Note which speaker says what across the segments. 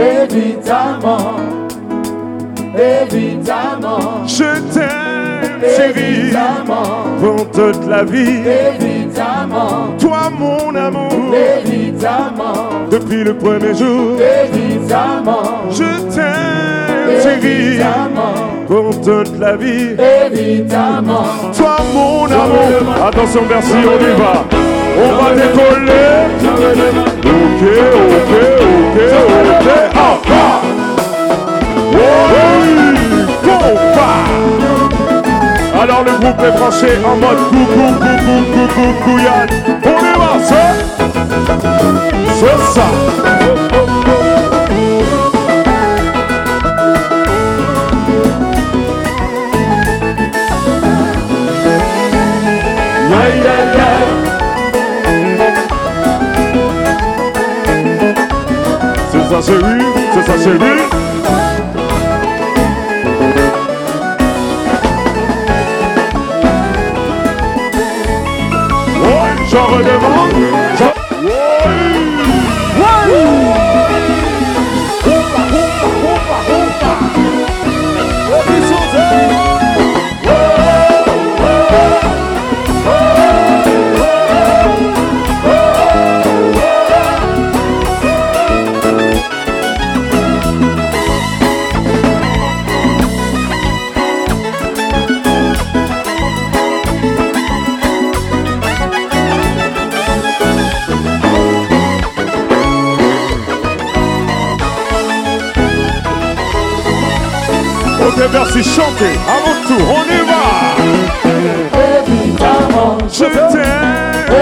Speaker 1: évidemment, évidemment,
Speaker 2: Je t'aime, chérie,
Speaker 1: évidemment,
Speaker 2: pour toute la vie.
Speaker 1: évidemment,
Speaker 2: Toi, mon amour,
Speaker 1: évidemment,
Speaker 2: depuis le premier jour.
Speaker 1: évidemment,
Speaker 2: Je t'aime, chérie,
Speaker 1: évidemment,
Speaker 2: pour toute la vie.
Speaker 1: évidemment,
Speaker 2: Toi, mon amour. Attention, merci, on y va. On va décoller. Ok, ok, ok, ok. Ah, ah. Oh, Oui, go, bah. Alors le groupe est français en mode coucou, coucou, coucou, couillade. On y va, c'est c'est ça. Aïe, aïe, aïe. C'est ça, chérie, c'est ça, chérie. Ouais, j'en redemande. j'en- Ouais. Ouais. Oupa, oupa, oupa, oupa. Oh, ils sont zèles. Ouais. Ok, merci, chantez. À votre tour, on y va.
Speaker 1: évidemment,
Speaker 2: Je t'aime,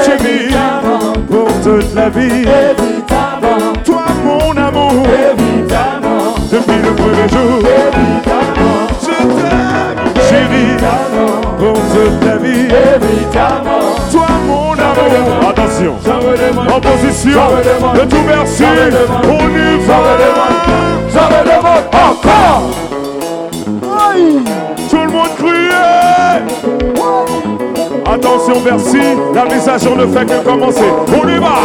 Speaker 2: chérie,
Speaker 1: évidemment,
Speaker 2: pour toute la vie.
Speaker 1: évidemment,
Speaker 2: Toi, mon amour,
Speaker 1: évidemment,
Speaker 2: depuis le premier jour.
Speaker 1: évidemment,
Speaker 2: Je t'aime, chérie, pour toute la vie.
Speaker 1: évidemment,
Speaker 2: Toi, mon amour. Attention.
Speaker 1: j'en redemande,
Speaker 2: En position, de tout merci, on y va.
Speaker 1: j'en redemande encore.
Speaker 2: Tout le monde crie Attention, merci, la mise à jour ne fait que commencer. On y va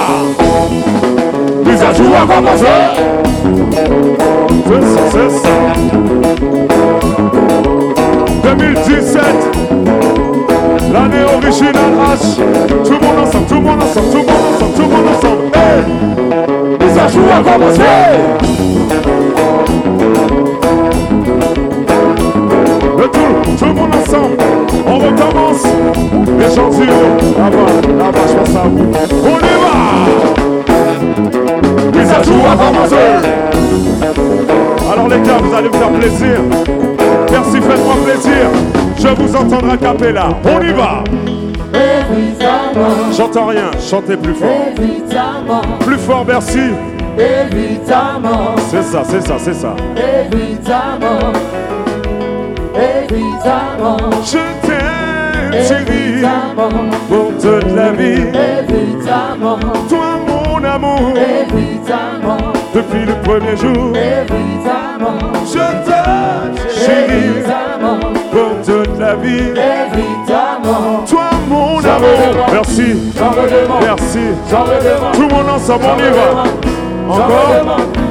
Speaker 2: Mise à jour à commencer C'est ça, c'est ça. 2017 L'année originale H Tout le monde ensemble, tout le monde ensemble, tout le monde ensemble, tout le monde ensemble hey Mise à jour à commencer Le tout, tout le monde ensemble, on recommence. Les gens du haut, là-bas, là-bas, je pense à vous. On y va Les ajouts à commencer Alors les gars, vous allez me faire plaisir. Merci, faites-moi plaisir. Je vous entendrai taper là. On y va
Speaker 1: Évidemment,
Speaker 2: J'entends rien, chantez plus fort.
Speaker 1: évidemment,
Speaker 2: Plus fort, merci.
Speaker 1: évidemment,
Speaker 2: C'est ça, c'est ça, c'est ça.
Speaker 1: évidemment, évidemment,
Speaker 2: Je t'aime, chérie,
Speaker 1: évidemment,
Speaker 2: pour toute la vie.
Speaker 1: évidemment,
Speaker 2: Toi, mon amour.
Speaker 1: évidemment,
Speaker 2: Depuis le premier jour,
Speaker 1: évidemment.
Speaker 2: je t'aime, chérie,
Speaker 1: Évidemment,
Speaker 2: pour toute la vie.
Speaker 1: évidemment,
Speaker 2: Toi, mon amour,
Speaker 1: redemande.
Speaker 2: merci,
Speaker 1: j'en redemande,
Speaker 2: merci.
Speaker 1: j'en redemande,
Speaker 2: Tout le monde ensemble, on y va.
Speaker 1: j'en
Speaker 2: Encore,
Speaker 1: redemande,